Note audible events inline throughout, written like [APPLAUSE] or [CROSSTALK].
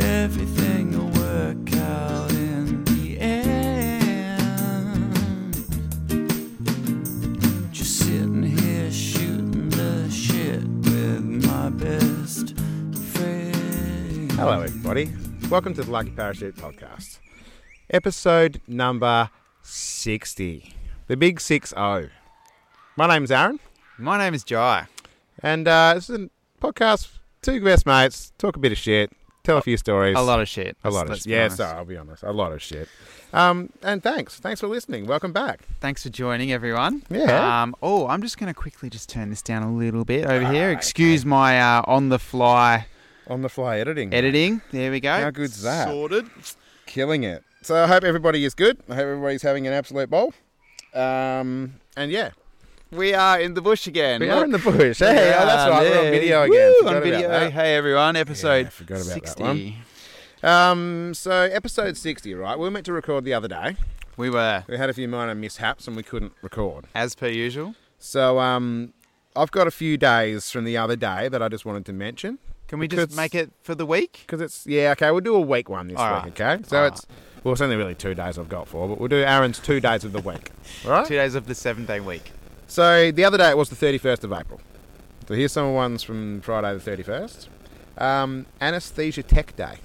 Everything will work out in the end. Just sitting here shooting the shit with my best friend. Hello, everybody. Welcome to the Lucky Parachute Podcast, episode number 60, the big 6 0. My name's Aaron, My name is Jai. and uh, this is a podcast, two best mates, talk a bit of shit, tell a few stories. A lot of shit. A lot of Let's shit. be Yeah, honest. sorry, I'll be honest. A lot of shit. Um, and thanks. Thanks for listening. Welcome back. Thanks for joining, everyone. Yeah. Um, oh, I'm just going to quickly just turn this down a little bit over here. Ah, Excuse my uh, on-the-fly On the fly editing. editing. There we go. How good's that? Sorted. killing it. So I hope everybody is good. I hope everybody's having an absolute ball. Um, and yeah, We are in the bush again. we Look. are in the bush. Hey, oh, Yeah, that's right. We're on there. video again. Woo, Forgot on about video. that. Hey, everyone. Episode Yeah, forgot about that 60. one. Um, so episode sixty, right? We were meant to record the other day. We were, We had a few minor mishaps and we couldn't record. as per usual. So um, I've got a few days from the other day that I just wanted to mention Can we Because- just make it for the week? because it's yeah okay. We'll do a week one this All week, right. okay? So All it's well, it's only really two days I've got for, but we'll do Aaron's two days of the week. All right. Two days of the seven-day week. So the other day it was the 31st of April. So here's some ones from Friday the 31st. Um, anesthesia Tech Day.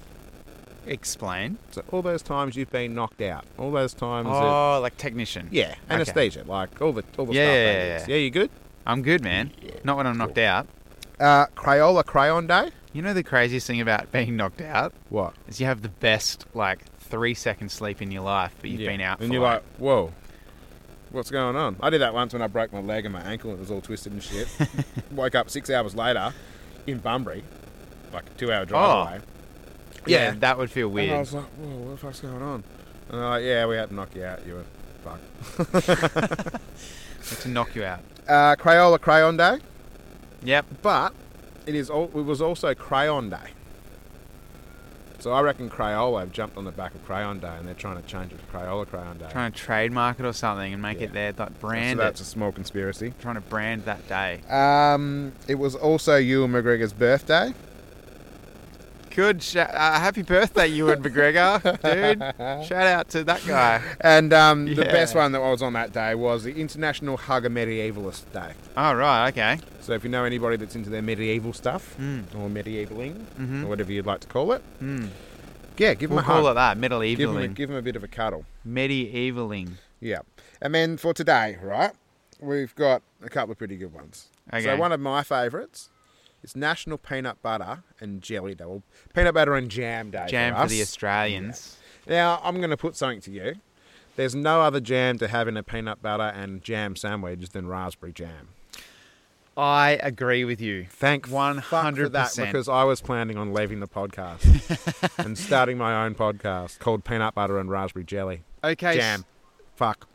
Explain. So all those times you've been knocked out, all those times. that- Oh, like technician. yeah, anesthesia, like all the all the Yeah, stuff. yeah, they yeah, use. yeah. yeah, you good? I'm good, man. Not when I'm knocked out. Uh, Crayola Crayon Day. You know the craziest thing about [LAUGHS] being knocked out What? is you have the best like three second sleep in your life, but you've Yeah. been out. and for, you're like, whoa, what's going on? I did that once when I broke my leg and my ankle. and It was all twisted and [LAUGHS] shit. Woke up six hours later in Bunbury, like a two-hour drive Oh. away. yeah, that would feel weird. And I was like, whoa, what the fuck's going on? And they're like, yeah, we had to knock you out. You were fucked. to knock you out. Uh, Crayola Crayon Day, Yep. but it is all, it was also Crayon Day. So I reckon Crayola have jumped on the back of Crayon Day and they're trying to change it to Crayola Crayon Day. Trying to trademark it or something and make Yeah. it their like so brand. that's it. a small conspiracy. Trying to brand that day. Um, it was also Ewan McGregor's birthday. Good. Sh- uh, happy birthday, Ewan McGregor, dude. Shout out to that guy. And um, the Yeah. best one that was on that day was the International Hug a Medievalist Day. Oh right. Okay. So if you know anybody that's into their medieval stuff, Mm. or medievaling, Mhm. or whatever you'd like to call it, Mm. Yeah, give him We'll a hug. call it that. give, him a, Medievaling. give him a bit of a cuddle. Medievaling. Yeah. And then for today, right, we've got a couple of pretty good ones. Okay. So one of my favourites is National Peanut Butter and Jelly Day. Well, peanut Butter and Jam Day. Jam for, for us. the Australians. Now, I'm going to put something to you. There's no other jam to have in a peanut butter and jam sandwich than raspberry jam. I agree with you. Thank One fuck for hundred that percent. because I was planning on leaving the [LAUGHS] podcast and starting my own podcast called Peanut Butter and Raspberry Jelly. Okay. Jam. Fuck.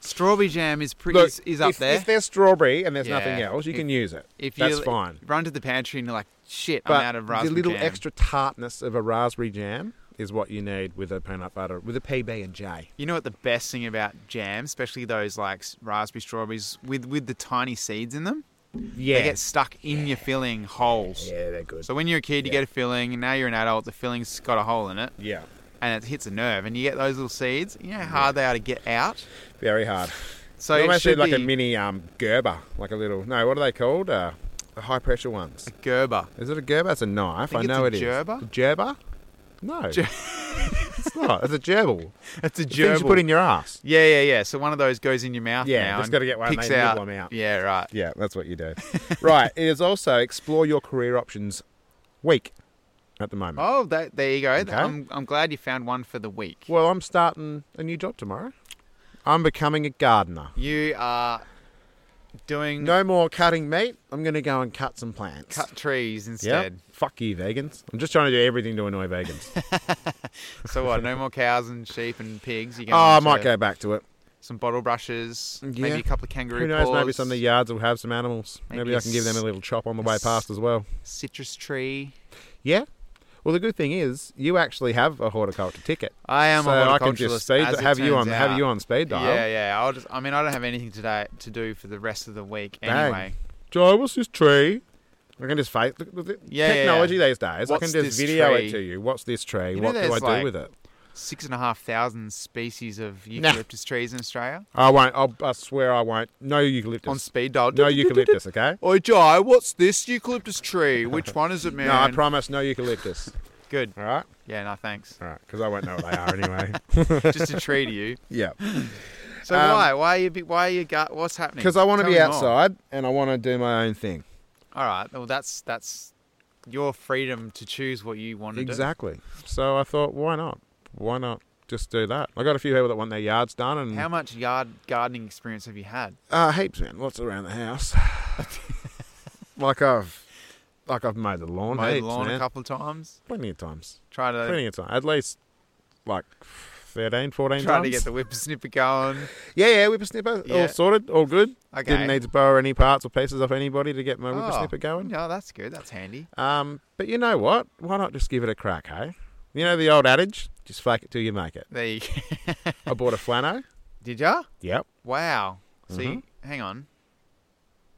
Strawberry jam is pretty Look, is, is up if, there. If there's strawberry and there's nothing Yeah. else, you If- can use it. If you That's fine. run to the pantry and you're like, shit, But I'm out of the raspberry little jam. extra tartness of a raspberry jam is what you need with a peanut butter, with a PB and J. You know what the best thing about jam, especially those like s- raspberry strawberries with with the tiny seeds in them, Yeah, they get stuck in your filling holes. yeah, they're good. So when you're a kid, you Yeah. get a filling, and now you're an adult, the filling's got a hole in it, yeah, and it hits a nerve, and you get those little seeds. You know how hard they are to get out. very hard. So They it almost need should like a be mini um, Gerber, like a little. No, what are they called? Uh, the high pressure ones. Gerber. Is it a Gerber? It's a knife. I, think it's know a it is. gerber. A gerber? No, Ger- it's not. It's [LAUGHS] a gerbil. That's a The things gerbil. you put in your ass. yeah, yeah, yeah. So one of those goes in your mouth Yeah, now. just and gotta get one, Picks they nibble out. them out. Yeah, right. Yeah, that's what you do. right. It is also explore your career options week at the moment. Oh, that, there you go. Okay. I'm, I'm glad you found one for the week. Well, I'm starting a new job tomorrow. I'm becoming a gardener. You are doing No more cutting meat. I'm going to go and cut some plants. cut trees Yep. instead. Fuck you, vegans. I'm just trying to do everything to annoy vegans. So what? [LAUGHS] No more cows and sheep and pigs. You oh, I might go back to it. some bottle brushes. Yeah. Maybe a couple of kangaroo. Who knows? Maybe paws, some of the yards will have some animals. Maybe, Maybe I can give them a s- little chop on the way s- past as well. citrus tree. Yeah. Well, the good thing is you actually have a horticulture ticket, I am so a horticulturalist. I can just speed as it have you on turns have out. you on speed dial. Yeah, yeah. I'll just. I mean, I don't have anything today to do for the rest of the week Bang. anyway. Joe, what's this tree? I can just fake look, look, the Yeah, yeah, technology yeah. these days. I What's can this just video tree? it to you. What's this tree? You know what do I there's, do like- with it? Six and a half thousand species of Nah. eucalyptus trees in Australia I won't. I'll, I swear I won't. No eucalyptus. on speed dial. no eucalyptus. Okay. Oi, Jai, what's this eucalyptus tree? [LAUGHS] Which one is it, man? No, I promise. No eucalyptus. Good. All right. Yeah, no, thanks. [LAUGHS] All right. Because I won't know what they are anyway. Just a tree to you. [LAUGHS] yeah. So Um, why? Why are you? be- Why are you? Got, what's happening? Because I want to Tell be me more. outside and I want to do my own thing. All right. Well, that's that's your freedom to choose what you want to Exactly. So I thought, why not? Why not just do that? I got a few people that want their yards done do. and How much yard gardening experience have you had? Uh, heaps, man. Lots around [LAUGHS] the house. like I've, like I've mowed the lawn, Mowed the heaps, lawn a man. couple Uh, of times. plenty of times, Try to plenty of times. At least like [LAUGHS] 13, 14 try times. to get the whippersnipper going. yeah, yeah, whippersnipper, Yeah. all sorted, all good. Okay. Didn't need to borrow any parts or pieces off anybody to get my Oh. whippersnipper going. No, that's good. That's handy. Um, but you know what? Why not just give it a crack, hey? You know the old adage, just fake it till you make it. There you go. [LAUGHS] I bought a flano. Did ya? [LAUGHS] Yep. Wow. So Mhm. you, hang on.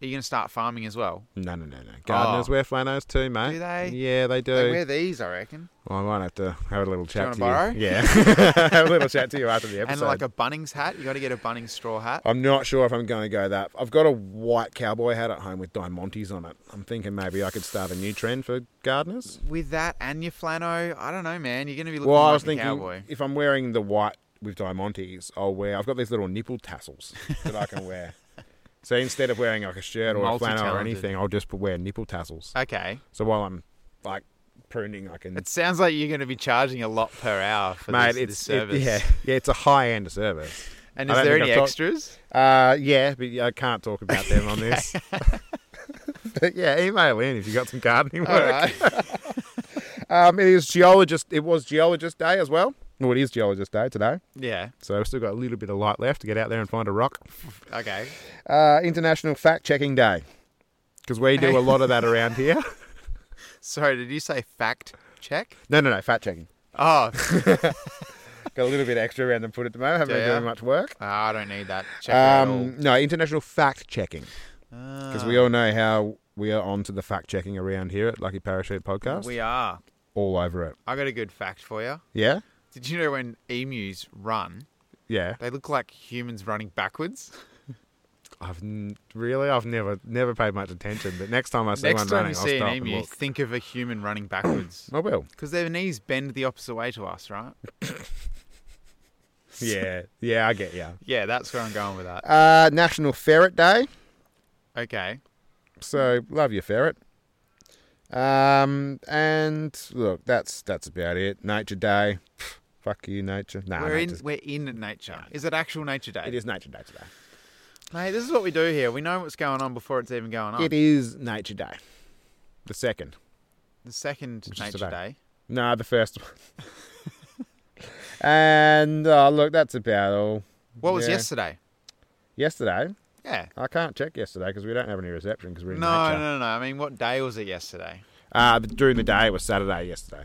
Are you going to start farming as well? No, no, no, no. Gardeners Oh. wear flanos too, mate. Do they? Yeah, they do. They wear these, I reckon. Well, I might have to have a little you chat wanna borrow? to you. Yeah, [LAUGHS] have a little chat to you after the episode. [LAUGHS] And like a Bunnings hat. You got to get a Bunnings straw hat. I'm not sure if I'm going to go that. I've got a white cowboy hat at home with diamantes on it. I'm thinking maybe I could start a new trend for gardeners. With that and your flannel, I don't know, man. You're going to be looking Well, like I was a thinking cowboy. if I'm wearing the white with diamantes, I'll wear. I've got these little nipple tassels that [LAUGHS] I can wear. So instead of wearing like a shirt or a flannel or Multi-talented. anything, I'll just wear nipple tassels. Okay. So while I'm like pruning, I can. It sounds like you're going to be charging a lot per hour for this, mate, this it's service. It, yeah, yeah, it's a high end service. And I is don't there think any I've talked- extras? Uh, yeah, but I can't talk about them on [LAUGHS] this. [LAUGHS] but yeah, email in if you got some gardening All work. right. Um, it is geologist. It was geologist day as well. Well, it is geologist day today, [LAUGHS] yeah. so I've still got a little bit of light left to get out there and find a rock. Okay. Uh, International fact checking day, because we do a lot of that around [LAUGHS] here. Sorry, did you say fact check? No, no, no, fact checking. Oh, Got a little bit extra around them put at the moment. Haven't Do been ya? doing much work. Ah, I don't need that check at all. Um, no, international fact checking, Ah, because we all know how we are on to the fact checking around here at Lucky Parachute Podcast. We are. all over it. I got a good fact for you. Yeah. Did you know when emus run, Yeah, they look like humans running [LAUGHS] backwards? I've n- really, I've never, never paid much attention. But next time I see Next one time running, you see I'll an stop and emu, look. think of a human running [COUGHS] backwards. I will. Because their knees bend the opposite way to us, right? [LAUGHS] Yeah, yeah, I get you. Yeah, that's where I'm going with that. Uh, National Ferret Day, Okay. so love your ferret. Um, and look, that's that's about it. Nature Day, fuck you, nature. Nah, we're, in, nature's- we're in nature. Is it actual nature day? it is Nature Day today. Mate, this is what we do here. We know what's going on before it's even going on. It is Nature Day, the second. the second Which is nature today. day. No, the first [LAUGHS] one. and oh, look, that's about all. What was Yeah. yesterday? Yesterday, Yeah. I can't check yesterday because we don't have any reception because we're No, in no, nature. no, no. I mean, what day was it yesterday? Uh, but during the day, it was Saturday yesterday.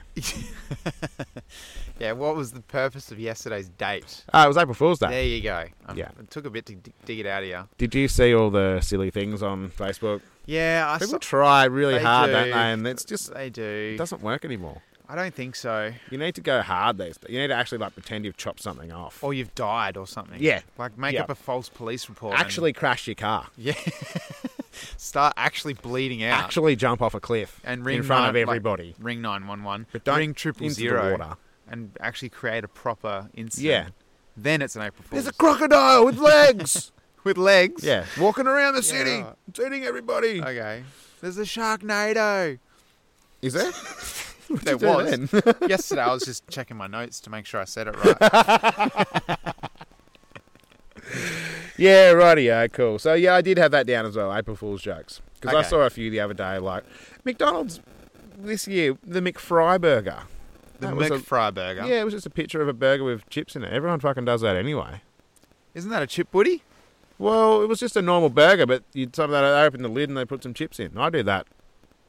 Yeah, what was the purpose of yesterday's date? Uh, it was April Fool's Day. There you go. i Yeah. It took a bit to d- dig it out of you. Did you see all the silly things on Facebook? Yeah, I People saw, try really They hard, don't do. they? And it's just they it do. doesn't work anymore. I don't think so. You need to go hard these days. You need to actually like pretend you've chopped something off. Or you've died or something. Yeah. Like make Yeah. up a false police report. and actually crash your car. start actually bleeding out. Actually jump off a cliff and ring in front nine- of like, everybody. ring nine one one. But don't ring triple into the zero. water. And actually create a proper incident. Yeah. Then it's an April Fool's. There's a crocodile with legs. with legs. yeah, walking around the [LAUGHS] Yeah, city, right. it's eating everybody. Okay. There's a Sharknado. [LAUGHS] Is there? There you do was. then? Yesterday, I was just checking my notes to make sure I said it [LAUGHS] right. Yeah, righty, yeah, cool. So yeah, I did have that down as well, April Fool's jokes, because I Okay. saw a few the other day, like McDonald's this year, the McFry burger. The That was a- McFry burger. Yeah, it was just a picture of a burger with chips in it. Everyone fucking does that anyway. Isn't that a chip woody? Well, it was just a normal burger, but you some of that they opened the lid and they put some chips in. I do that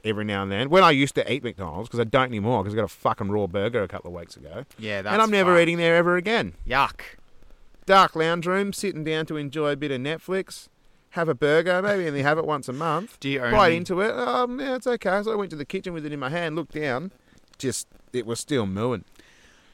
every now and then. When I used to eat McDonald's, because I don't anymore, because I got a fucking raw burger a couple of weeks ago, Yeah, that's and I'm never fine. eating there ever again. Yuck. Dark lounge room, sitting down to enjoy a bit of Netflix. have a burger, maybe only have it once a month. Do you only, Bite into it. Um, yeah, it's okay. So I went to the kitchen with it in my hand, looked down, just it was still mooing.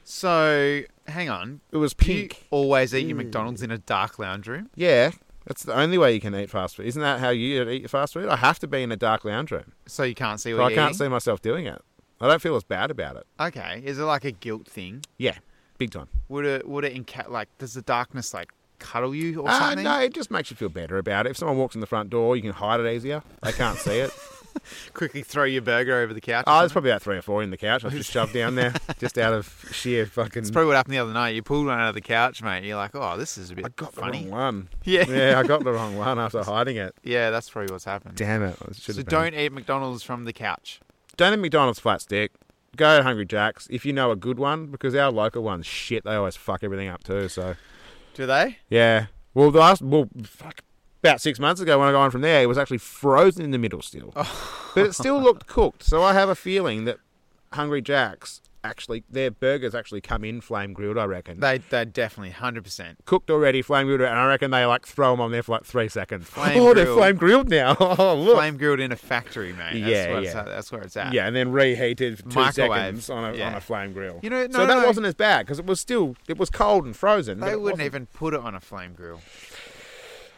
So hang on. It was Do pink. You always eat your Ooh. McDonald's in a dark lounge room. Yeah, that's the only way you can eat fast food. Isn't that how you eat your fast food? I have to be in a dark lounge room. So you can't see So what I you're can't see myself doing it. I don't feel as bad about it. eating? Okay. Is it like a guilt thing? Yeah, big time. Would it would it enca- like does the darkness like cuddle you or Ah, something? no, it just makes you feel better about it. If someone walks in the front door, you can hide it easier. They can't see it. Quickly throw your burger over the couch. or Oh, something? there's probably about three or four in the couch. I was just shoved down there, just out of sheer fucking. It's probably what happened the other night. You pulled one out of the couch, mate. You're like, oh, this is a bit I got the funny. wrong one. [LAUGHS] Yeah. yeah, Yeah, I got the wrong one after hiding it. that's probably what's happened. Damn it! I so should've been- don't eat McDonald's from the couch. don't eat McDonald's flat stick. Go to Hungry Jack's if you know a good one, because our local ones shit. They always fuck everything up too. So Do they? yeah. Well, the last well fuck about six months ago when I got on from there, it was actually frozen in the middle still, Oh. but it still [LAUGHS] looked cooked. So I have a feeling that Hungry Jack's actually their burgers actually come in flame grilled. I reckon. They they definitely hundred percent. cooked already, flame grilled, and I reckon they like throw them on there for like three seconds. Flame [LAUGHS] oh, they're grilled. flame grilled now. [LAUGHS] Oh, look. Flame grilled in a factory, mate. That's Yeah, where it's yeah. at- that's where it's at. Yeah, and then reheated for two Microwave, seconds on a, on yeah. a flame grill. You know, no, so that no, wasn't as bad because it was still it was cold and frozen. but They it wouldn't wasn't- even put it on a flame grill.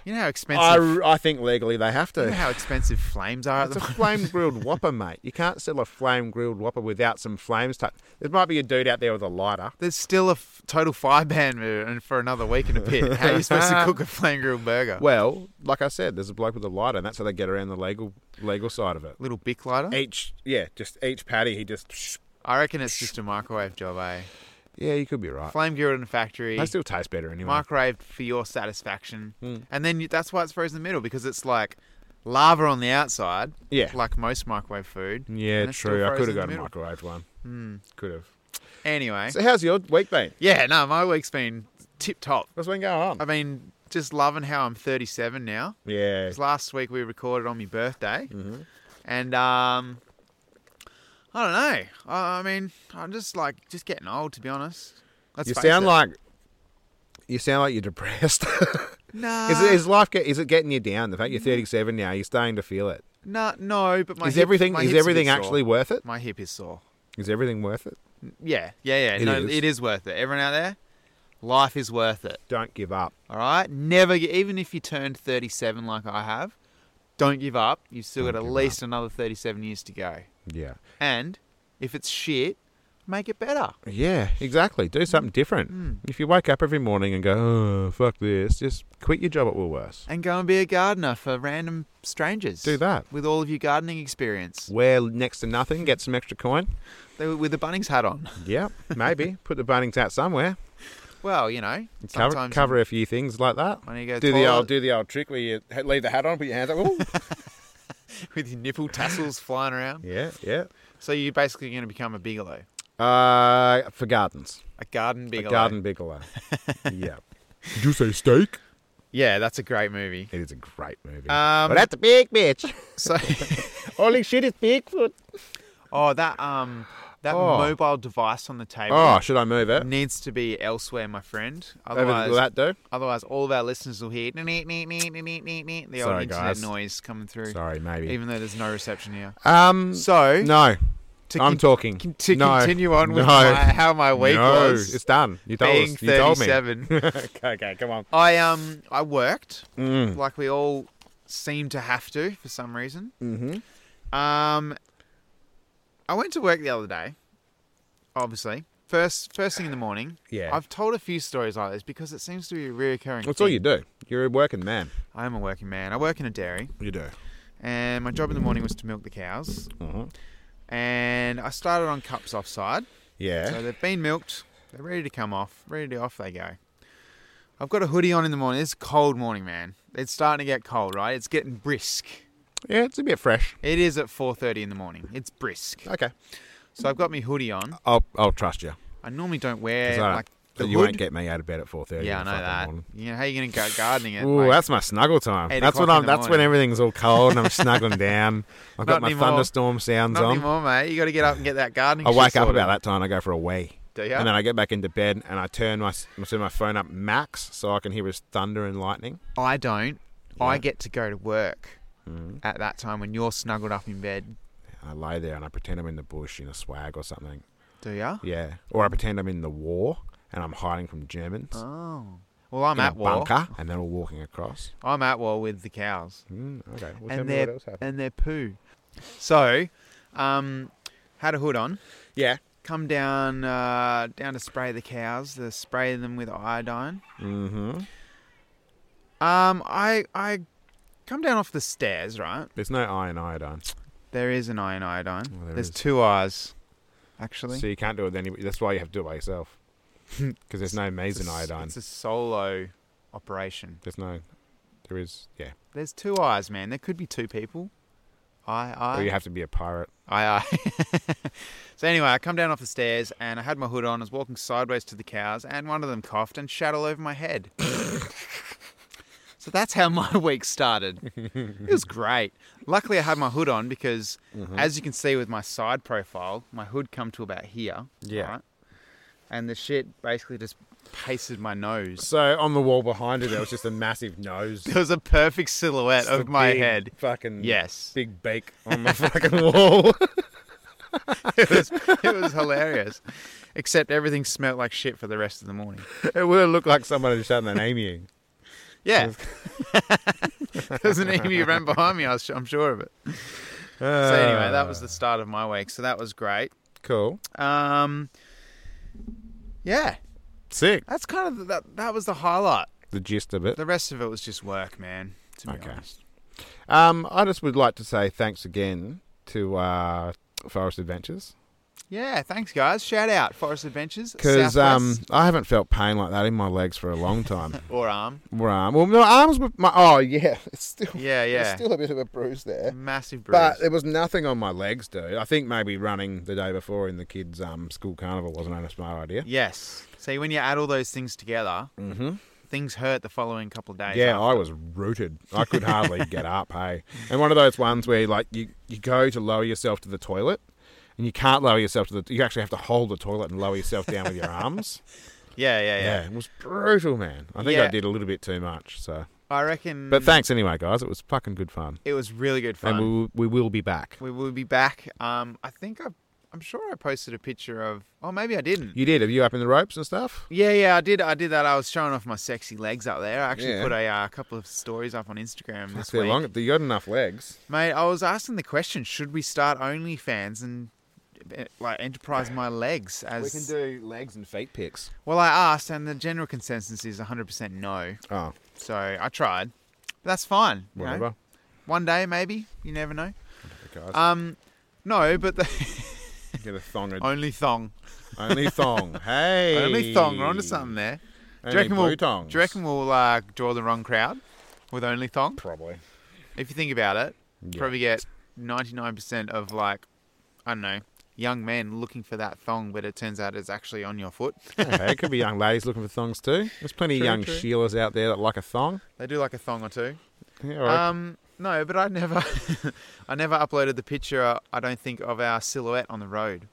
You know how I, expensive. I think legally they have you know to. how expensive flames are. At It's the a moment? flame grilled Whopper, mate. You can't sell a flame grilled Whopper without some flames. T- there might be a dude out there with a lighter. There's still a f- total fire ban uh, and for another week and a bit. How are you supposed to cook a flame grilled burger? Well, like I said, there's a bloke with a lighter, and that's how they get around the legal legal side of it. Little bic lighter. Each, yeah, just each patty, he just, I reckon it's just a microwave job, eh? yeah, you could be right. Flame grilled in a factory. They still taste better anyway. microwaved for your satisfaction. Mm. And then you, that's why it's frozen in the middle because it's like lava on the outside, yeah. like most microwave food. Yeah, and it's still true. I could frozen have in the got a middle. Eh. microwave one. Mm. Could have. Anyway, So how's your week been? yeah, no, my week's been tip top. What's been going I on? mean, just loving how I'm 37 now. Yeah. 'Cause last week we recorded on my birthday, Mm-hmm. and um, I don't know. I, I mean, I'm just like just getting old, to be honest. Let's You face sound it. like you sound like you're depressed. [LAUGHS] nah, is, it, is life get, is it getting you down? The fact you're 37 now, you're starting to feel it. nah, no, but my Is hip- everything my is hip's a bit everything sore. actually worth it? my hip is sore. Is everything worth it? Yeah, yeah, yeah. It no, is. it is worth it. Everyone out there, life is worth it. Don't give up. All right, never get, even if you turned 37 like I have, don't give up. You've still Don't got at give least another 37 years to go. Yeah. And if it's shit, make it better. Yeah, exactly. Do something different. Mm. If you wake up every morning and go, oh, fuck this, just quit your job at Woolworths. And go and be a gardener for random strangers. Do that. with all of your gardening experience, Wear next to nothing, get some extra coin. They were with the Bunnings hat [LAUGHS] on. Yeah, maybe. [LAUGHS] Put the Bunnings out somewhere. Well, you know, Cover, sometimes cover a few things like that. when you go Do the toilet old do the old trick where you ha- leave the hat on, put your hands up. Ooh. [LAUGHS] with your nipple tassels flying around. yeah, yeah. So you're basically going to become a bigelow, Uh, for gardens, a garden a bigelow. garden bigelow. [LAUGHS] yeah. Did you say steak? Yeah, that's a great movie. It is a great movie. Um, but that's a big [LAUGHS] bitch. So, Holy shit, it's Bigfoot. oh, that um, that Oh. mobile device on the table Oh, should I move it? needs to be elsewhere, my friend. Over the, Otherwise, will that do? otherwise, all of our listeners will hear "Nee, nee, nee, nee, nee, nee, nee, nee," the old Sorry, internet guys. noise coming through, Sorry, maybe. even though there's no reception here. Um, So, no, to, I'm con- talking. con- to No. continue on with No. my, how my week no, was, it's done. You told being us. You told me. 37, [LAUGHS] okay, okay, come on. I um, I worked Mm. like we all seem to have to for some reason. Mm-hmm. Um, I went to work the other day. Obviously, first first thing in the morning. Yeah. I've told a few stories like this because it seems to be a reoccurring. That's all you thing. do. You're a working man. I am a working man. I work in a dairy, You do. and my job in the morning was to milk the cows. Uh-huh. And I started on cups offside, Yeah. so they've been milked. They're ready to come off. Ready to off they go. I've got a hoodie on in the morning. It's a cold morning, man. It's starting to get cold, right? It's getting brisk. Yeah, it's a bit fresh. It is at 4:30 in the morning. It's brisk. Okay. So I've got my hoodie on. I'll I'll trust you. I normally don't wear 'Cause I- like the you hood. won't get me out of bed at four thirty. yeah, I know that. You know how you gonna go gardening it? Ooh, like, that's my snuggle time. eight That's o'clock when in I'm. the That's when morning. everything's all cold [LAUGHS] and I'm snuggling down. I've got Not my anymore. thunderstorm sounds not on. anymore, mate. You got to get up and get that [LAUGHS] gardening. I shit wake up sorted. about that time. I go for a wee, Do you? and then I get back into bed and I turn my s- turn my phone up max so I can hear his thunder and lightning. I don't. I get to go to work Mhm. at that time when you're snuggled up in bed. And I lie there and I pretend I'm in the bush in a swag or something. Do ya? Yeah. Or I pretend I'm in the war and I'm hiding from Germans. Oh. Well, I'm in at a war. bunker, and they're all walking across. I'm at war with the cows. Mm, okay. and Well, tell me what their else happened. and their poo. So, um, had a hood on. Yeah. Come down uh, down to spray the cows. They spray them with iodine. Mm-hmm. Um, I I come down off the stairs. Right, There's no iron iodine, there is an iron iodine. Oh, there There's is. two I's, actually. so you can't do it with any. That's why you have to do it by yourself. [LAUGHS] Because there's no It's mason a s- iodine. It's a solo operation. There's no. There is. Yeah. There's two eyes, man. There could be two people. I, I, Or you have to be a pirate. I, I. [LAUGHS] so anyway, I come down off the stairs and I had my hood on. I was walking sideways to the cows, and one of them coughed and shat all over my head. so that's how [LAUGHS] my week started. It was great. Luckily, I had my hood on because, as you can see with my side profile, my hood come to about here. Yeah. And the shit basically just pasted my nose. [LAUGHS] So on the wall behind her, there was just a massive nose It was a perfect silhouette Just a of my big head. Fucking Yes. Big beak on the [LAUGHS] fucking wall. it was it was hilarious. Except everything smelt like shit for the rest of the morning. it would have looked like someone had just done their name you. Yeah. [LAUGHS] There's an emu ran behind me. I was, su- I'm sure of it. So anyway, that Uh. was the start of my week. So that was great. Ah, cool. Um, yeah, Sick. that's kind of the, that. That was the highlight. The gist of it. The rest of it was just work, man. To be Okay. honest. Um, I just would like to say thanks again to uh, Forest Adventures Yeah. Thanks, guys. Shout out Forest Adventures. because um, Southwest, I haven't felt pain like that in my legs for a long time. or arm. Well, um, well, my arms were my oh yeah, [LAUGHS] it's still Yeah, there's yeah. still a bit of a bruise there. Massive bruise. But there was nothing on my legs, dude. I think maybe running the day before in the kids' um, school carnival wasn't a smart idea. yes. See, when you add all those things together, Mm-hmm. things hurt the following couple of days. Yeah, I was rooted. I could [LAUGHS] hardly get up. Hey, and one of those ones where like you you go to lower yourself to the toilet, and you can't lower yourself to the. You actually have to hold the toilet and lower yourself [LAUGHS] down with your arms. Yeah, yeah, yeah. Yeah, it was brutal, man. I think I Yeah. did a little bit too much. So, I reckon. but thanks anyway, guys. It was fucking good fun, It was really good fun. and we will, we will be back. we will be back. Um, I think I, I'm sure I posted a picture of. Oh, maybe I didn't. You did? Have you up in the ropes and stuff? Yeah, yeah, I did. I did that. I was showing off my sexy legs up there. I actually Yeah. put a uh, couple of stories up on Instagram this They're week. long. You got enough legs. Mate, I was asking the question: Should we start OnlyFans and eh, like enterprise my legs as? do legs and feet pics. well, I asked, and the general consensus is 100% no. Oh, So I tried. But that's fine. you know. whatever. One day, maybe. You never know. Guys, Um, no, but the [LAUGHS] get a thong. and- only thong. only [LAUGHS] thong. Hey, Only thong. We're onto something there. do Only you reckon blue we'll, tongs. Do you reckon we'll uh, draw the wrong crowd with only thong? [LAUGHS] Probably. If you think about it, Yeah. probably get 99% of like, I don't know, young men looking for that thong, but it turns out it's actually on your [LAUGHS] foot. Okay, it could be young ladies looking for thongs too. There's plenty True, of young true. Sheilas out there that like a thong. They do like a thong or two. Yeah, all right. Um, no, but I never, [LAUGHS] I never uploaded the picture. uh, I don't think of our silhouette on the road.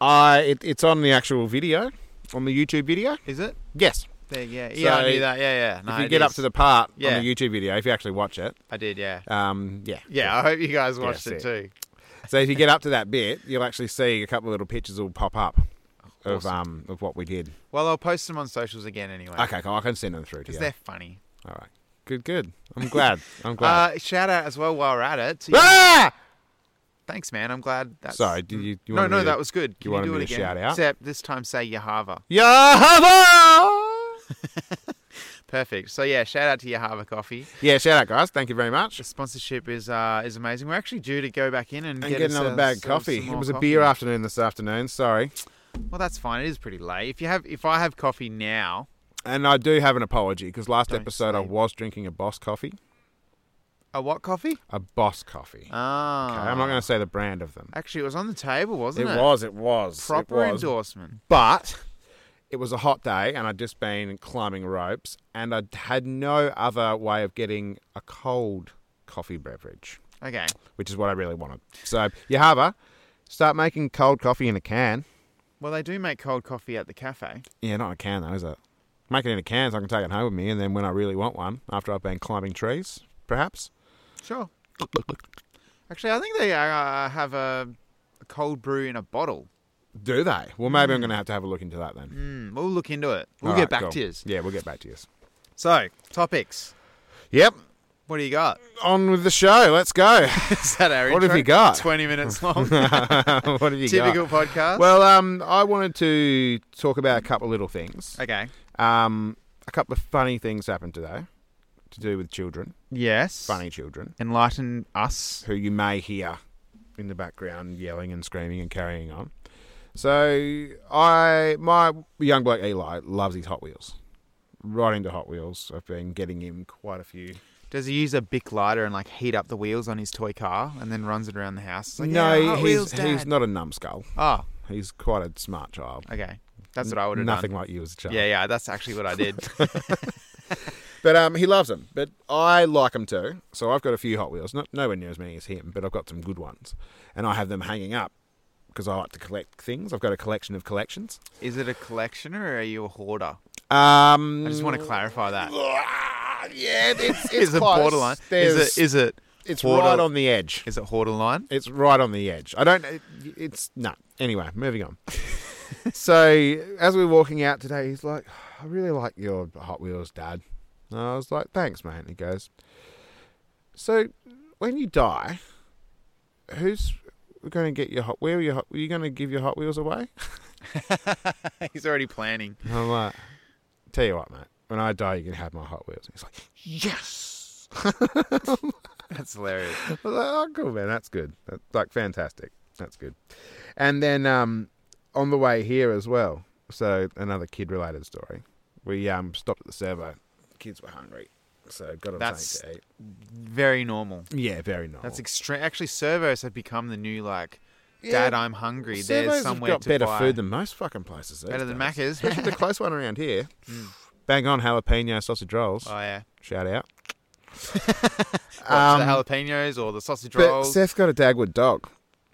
I Uh, it, it's on the actual video, on the YouTube video. Is it? Yes. There, yeah, yeah, So, I knew that. Yeah, yeah. No, if you it get up is. to the part Yeah. on the YouTube video, if you actually watch it, I did, yeah, um, yeah. yeah. I hope you guys watched That's it, too. So if you get up to that bit, you'll actually see a couple of little pictures will pop up of Awesome. um of what we did. Well, I'll post them on socials again anyway. Okay, cool. I can send them through to because you. they're funny. All right. Good, good. I'm glad. I'm [LAUGHS] glad. Uh, shout out as well while we're at it. To [LAUGHS] ah! Thanks, man. I'm glad. That's... Sorry, did you? you no, wanted me no, to- that was good. Can you, wanted do me it to again? shout out? Except this time, say Yahava. [LAUGHS] Yahava! Perfect. So yeah, shout out to Yahava Coffee. Yeah, shout out, guys. Thank you very much. The sponsorship is uh, is amazing. We're actually due to go back in and, and get another ourselves- bag of ourselves coffee. uh, some It more was a coffee. beer afternoon this afternoon. Sorry, Well, that's fine. It is pretty late. If you have, if I have coffee now, and I do have an apology because last Don't episode I sleep. was drinking a Boss coffee, a what coffee? a Boss coffee. Ah, Okay, I'm not going to say the brand of them. Actually, it was on the table, wasn't it? was, it was, proper it was. endorsement. But it was a hot day, and I'd just been climbing ropes, and I had no other way of getting a cold coffee beverage, Okay. which is what I really wanted. So, Yahava, start making cold coffee in a can. Well, they do make cold coffee at the cafe. Yeah, not in a can though, is it? Make it into cans. I can take it home with me, and then when I really want one, after I've been climbing trees, perhaps. Sure. Actually, I think they uh, have a, a cold brew in a bottle. Do they? Well, maybe I'm going to have to have a look into that then. Mm, we'll look into it. We'll All get right, back cool. to yous. Yeah, we'll get back to you. So, topics. Yep, What do you got? [LAUGHS] on with the show. Let's go. [LAUGHS] Is that our What have intro? you got? 20 minutes [LAUGHS] long. what have you Typical got? podcast. Well, um, I wanted to talk about a couple of little things. okay. Um, a couple of funny things happened today to do with children, Yes. funny children, Enlighten us. who you may hear in the background yelling and screaming and carrying on. So I, my young bloke Eli loves his Hot Wheels, right into Hot Wheels. I've been getting him quite a few. Does he use a Bic lighter and like heat up the wheels on his toy car and then runs it around the house? It's like, yeah, Hot he's Wheels, he's Dad. not a numbskull. Oh, He's quite a smart child. okay. That's what I would have Nothing done. like you as a child. Yeah, yeah, that's actually what I did. But um, he loves them. But I like them too. So I've got a few Hot Wheels. Not nowhere near as many as him, but I've got some good ones, and I have them hanging up because I like to collect things. I've got a collection of collections. Is it a collectioner or are you a hoarder? Um, I just want to clarify that. [LAUGHS] Yeah, it's, it's Is it close. borderline? Is There's- it is it it's border- right on the edge. is it hoarder line? It's right on the edge. I don't. It, it's no. Anyway, moving on. so as we were walking out today, he's like, "I really like your Hot Wheels, Dad." And I was like, "Thanks, mate." And he goes, "So when you die, who's going to get your Hot Wheel? Your Hot, are you going to give your Hot Wheels away?" [LAUGHS] He's already planning. And I'm like, "Tell you what, mate. When I die, you can have my Hot Wheels." And he's like, "Yes." [LAUGHS] That's hilarious. I was like, oh, cool, man. That's good. That's like fantastic. That's good. And then um, on the way here as well. So another kid-related story. We um, stopped at the servo. Kids were hungry, so got them That's- something to eat. Very normal. Yeah, very normal. That's extreme. Actually, servos have become the new like, Yeah, Dad, I'm hungry. There's servos somewhere have got to better buy. food than most fucking places. these better than Mm. days. Macca's. [LAUGHS] [LAUGHS] Especially the close one around here. Bang on jalapeno sausage rolls. oh yeah, Shout out. What, the jalapenos or the sausage Um, But rolls. Seth's got a Dagwood dog,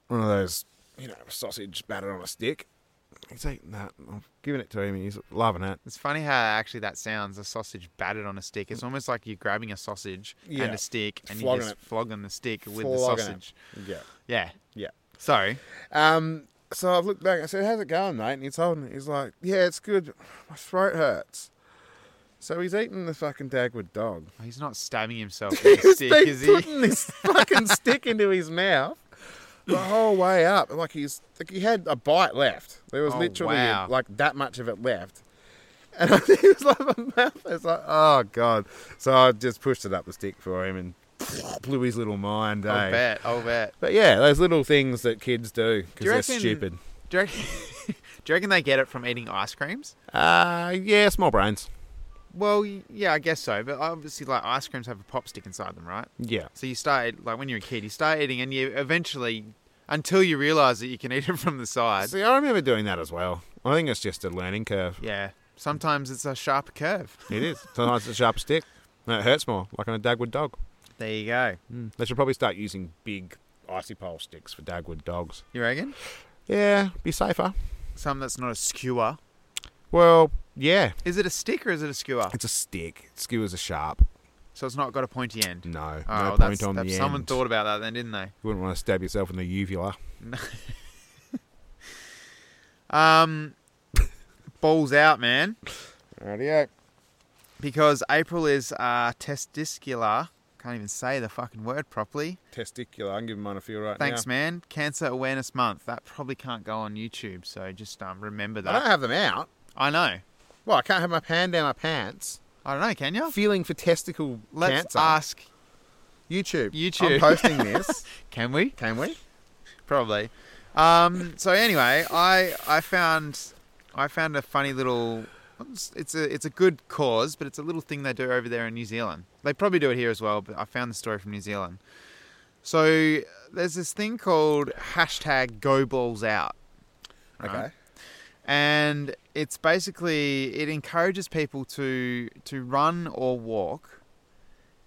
one of those, you know, sausage battered on a stick. He's like, nah, I'm giving it to him, and he's loving it. it's funny how actually that sounds. A sausage battered on a stick. It's almost like you're grabbing a sausage Yeah. and a stick, and Flogging you're just it. flogging the stick with Flogging the it. sausage. Yeah, Yeah. yeah. Sorry. Um, so I've looked back. I said, "How's it going, mate?" And he told me. He's like, "Yeah, it's good. My throat hurts." So he's eating the fucking Dagwood dog. Oh, he's not stabbing himself with a He's stick, been is he? [LAUGHS] putting this fucking stick into his mouth the whole way up. And, Like he's like he had a bite left. There was Oh, literally wow. like that much of it left. And [LAUGHS] I think it was like my mouth. It's like, oh god. So I just pushed it up the stick for him and [LAUGHS] blew his little mind. I'll eh? bet. I'll bet. But yeah, those little things that kids do because Do you they're reckon- stupid. Do you, reckon, [LAUGHS] do you reckon they get it from eating ice creams? Uh yeah, small brains. Well, y- yeah, I guess so. But obviously, like ice creams have a pop stick inside them, right? Yeah. So you start like when you're a kid, you start eating, and you eventually, until you realise that you can [LAUGHS] eat it from the side. See, I remember doing that as well. I think it's just a learning curve. Yeah. Sometimes it's a sharp curve. It is. Sometimes it's a sharp stick. And it hurts more, like on a Dagwood dog. There you go. They should probably start using big icy pole sticks for Dagwood dogs. You reckon? Yeah, be safer. Some that's not a skewer. Well, yeah. Is it a stick or is it a skewer? It's a stick. Skewers are sharp. So it's not got a pointy end. No, Oh, no that's, point on that- the someone end. thought about that then, didn't they? You wouldn't want to stab yourself in the uvula. Um, balls out, man. Rightio. Because April is uh, testicular. Can't even say the fucking word properly. Testicular. I can give mine a feel right Thanks, man. Cancer Awareness Month. That probably can't go on YouTube, so just um, remember I don't that. have them out. I know. Well, I can't have my hand down my pants. I don't know. Can you? Feeling for testicle Let's cancer. ask. YouTube. YouTube. I'm [LAUGHS] posting this. Can we? Can we? Probably. Um, so anyway, I I found I found a funny little. It's a it's a good cause, but it's a little thing they do over there in New Zealand. They probably do it here as well, but I found the story from New Zealand. So there's this thing called hashtag Go Balls Out. right? and it's basically it encourages people to to run or walk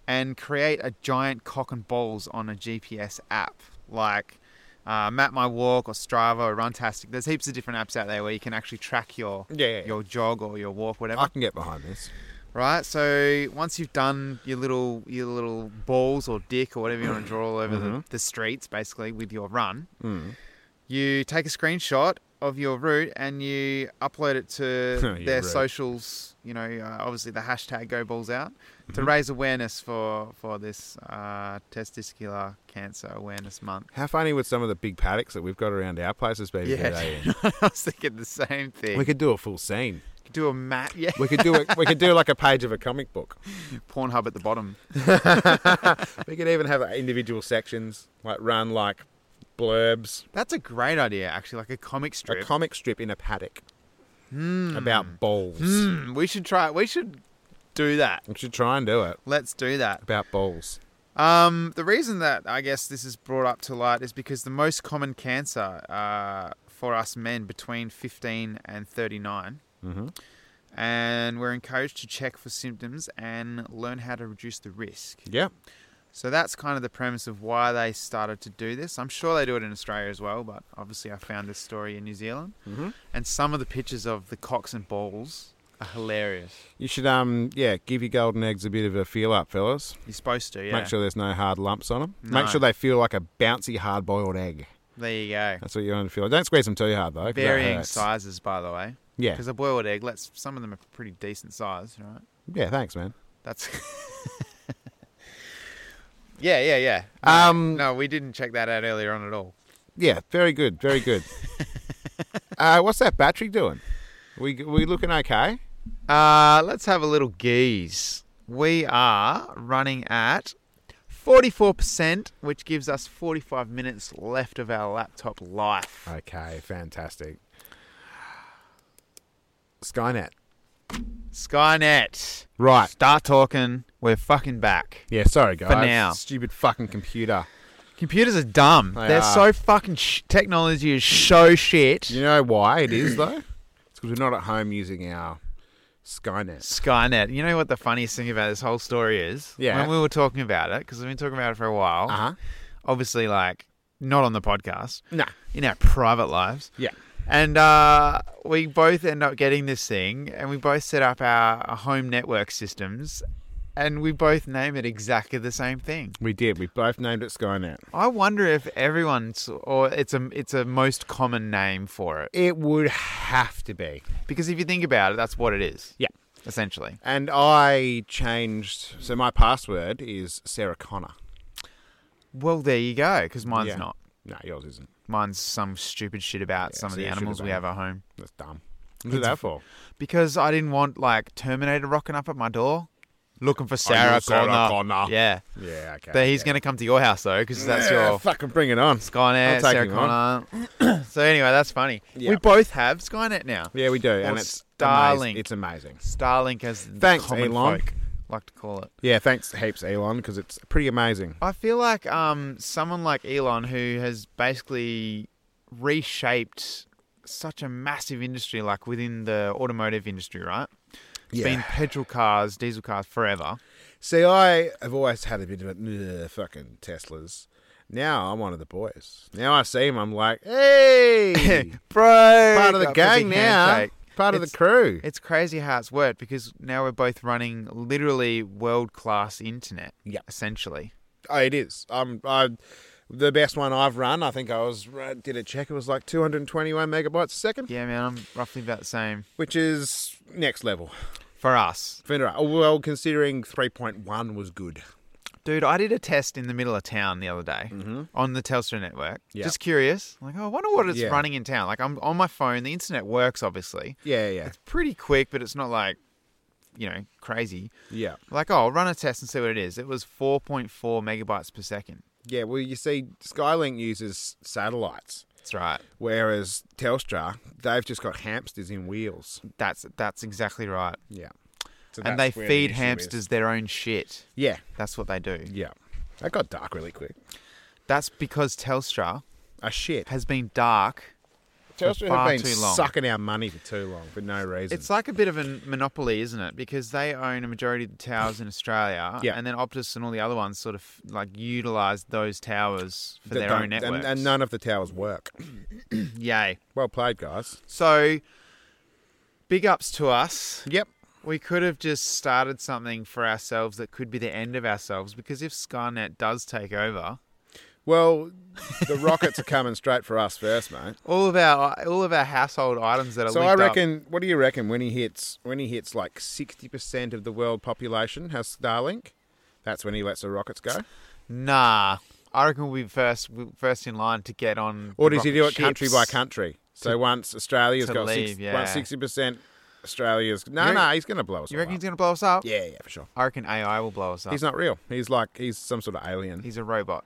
and create a giant cock and balls on a GPS app like uh, Map My Walk or Strava or Runtastic. There's heaps of different apps out there where you can actually track your Yeah, yeah, yeah. your jog or your walk, whatever. I can get behind this. Right. So once you've done your little your little balls or dick or whatever you want to draw all over the, the streets, basically with your run, Mm-hmm. Mm. you take a screenshot of your route and you upload it [LAUGHS] to Your their route. socials. You know, uh, obviously the hashtag Go Balls Out to Mm-hmm. raise awareness for for this uh, testicular cancer awareness month. [LAUGHS] How funny would some of the big paddocks that we've got around our places be Yeah. today? I was thinking the same thing. [LAUGHS] We could do a full scene. do a mat, [LAUGHS] yeah. We could do it. We could do like a page of a comic book. Pornhub at the bottom. We could even have like, individual sections, like run like blurbs, That's a great idea, actually, like a comic strip. a comic strip in a paddock about balls. Hmm, we should try. We should do that. We should try and do it Let's do that. about balls. Um, the reason that I guess this is brought up to light is because the most common cancer uh, for us men between 15 and 39, Mm-hmm. and we're encouraged to check for symptoms and learn how to reduce the risk. Yeah, So that's kind of the premise of why they started to do this. I'm sure they do it in Australia as well, but obviously I found this story in New Zealand, Mhm. and some of the pictures of the cocks and balls are hilarious. you should. Um, yeah, give your golden eggs a bit of a feel up, fellas. You're supposed to, yeah. Make sure there's no hard lumps on them. No. Make sure they feel like a bouncy, hard-boiled egg. There you go. That's what you want to feel. Don't squeeze them too hard though. 'cause that Varying hurts. sizes, by the way. Yeah, Because a boiled egg, let's some of them are pretty decent size, right? yeah. Thanks, man. That's [LAUGHS] yeah, yeah, yeah. No, Um, no, we didn't check that out earlier on at all. Yeah, very good, very good. uh, what's that battery doing? We we looking okay? Uh, let's have a little geese. We are running at forty-four percent, which gives us forty-five minutes left of our laptop life. Okay, fantastic. Skynet. Skynet, Right. start talking. We're fucking back. Yeah, sorry guys. now. Stupid fucking computer. Computers are dumb. They They are are. so fucking. Sh- technology is so shit. You know why it is though? It's because we're not at home using our Skynet. Skynet. You know what the funniest thing about this whole story is? Yeah. When we were talking about it, because we've been talking about it for a while. Uh huh. Obviously, like not on the podcast, Nah. in our private lives. Yeah. And uh, we both end up getting this thing, and we both set up our our home network systems, and we both name it exactly the same thing. We did. We both named it Skynet. I wonder if everyone's, or it's a it's a most common name for it, It would have to be. because if you think about it, that's what it is. Yeah. Essentially. And I changed so my password is Sarah Connor. Well, there you go, because mine's Yeah. not. No, yours isn't. Mine's some stupid shit about Yeah, some of so the you should animals have we done have at home. That's dumb. What's that for? Because I didn't want like Terminator rocking up at my door looking for Are Sarah, you Sarah Connor. Connor? Yeah. Yeah, okay. But he's going to come to your house though, because that's your fucking bring it on. I'll Skynet, take Sarah him on. Connor. [COUGHS] so anyway, that's funny. Yeah. We both have Skynet now. Yeah, we do, and it's Starlink. amaz- It's amazing. Starlink, as the Thanks, common Elon. folk like to call it. Yeah, thanks heaps, Elon, because it's pretty amazing. I feel like um, someone like Elon, who has basically reshaped such a massive industry, like within the automotive industry, right? It's been petrol cars, diesel cars forever. See, I have always had a bit of a "Ugh, fucking Teslas. Now I'm one of the boys. Now I see him, I'm [LAUGHS] like, hey, Bro, part of the gang now, part of It's- the crew. It's crazy how it's worked because now we're both running literally world class internet. Yep. Essentially. Oh, it is. Um, I, the best one I've run. I think I was did a check. It was like 221 megabytes a second, Yeah, man, I'm roughly about the same which is next level. for us. Oh, Well, considering 3.1 was good. Dude, I did a test in the middle of town the other day on the Telstra network. Mm-hmm. Yeah. Just curious. Like, oh, I wonder what it's Yeah. running in town. Like, I'm on my phone. The internet works, obviously. Yeah, yeah, It's pretty quick, but it's not like, you know, crazy. [LAUGHS] yeah. Like, oh, I'll run a test and see what it is. It was 4.4 megabytes per second. Yeah, well, you see, Skylink uses satellites, That's right. whereas Telstra, they've just got hamsters in wheels. That's that's exactly right. Yeah. So and they that's where the feed issue is. hamsters their own shit. Yeah, That's what they do. yeah. That got dark really quick. That's because Telstra Ah, shit. has been dark Telstra far have been too long. sucking our money for too long for no reason. It's like a bit of a monopoly, isn't it? Because they own a majority of the towers in Australia, Yeah. and then Optus and all the other ones sort of like utilize those towers for That their don't- own and- networks. and none of the towers work. Yay! Well played, guys. So, big ups to us. Yep. We could have just started something for ourselves that could be the end of ourselves. Because if Skynet does take over, Well, the rockets are coming straight for us first, mate. all of our all of our household items that are So I linked up- reckon. What do you reckon when he hits when he hits like sixty percent of the world population has Starlink? That's when he lets the rockets go. Nah, I reckon we'll be first we'll- first in line to get on. Or the does he rocket do it country by ships. country? So once Australia's to got leave, six, yeah. once sixty percent, Australia's no, You no, reckon- he's going to blow us. You all reckon he's Oh. up. gonna blow us up? Yeah, yeah, for sure. I reckon AI will blow us up. He's not real. He's like he's some sort of alien. He He's a robot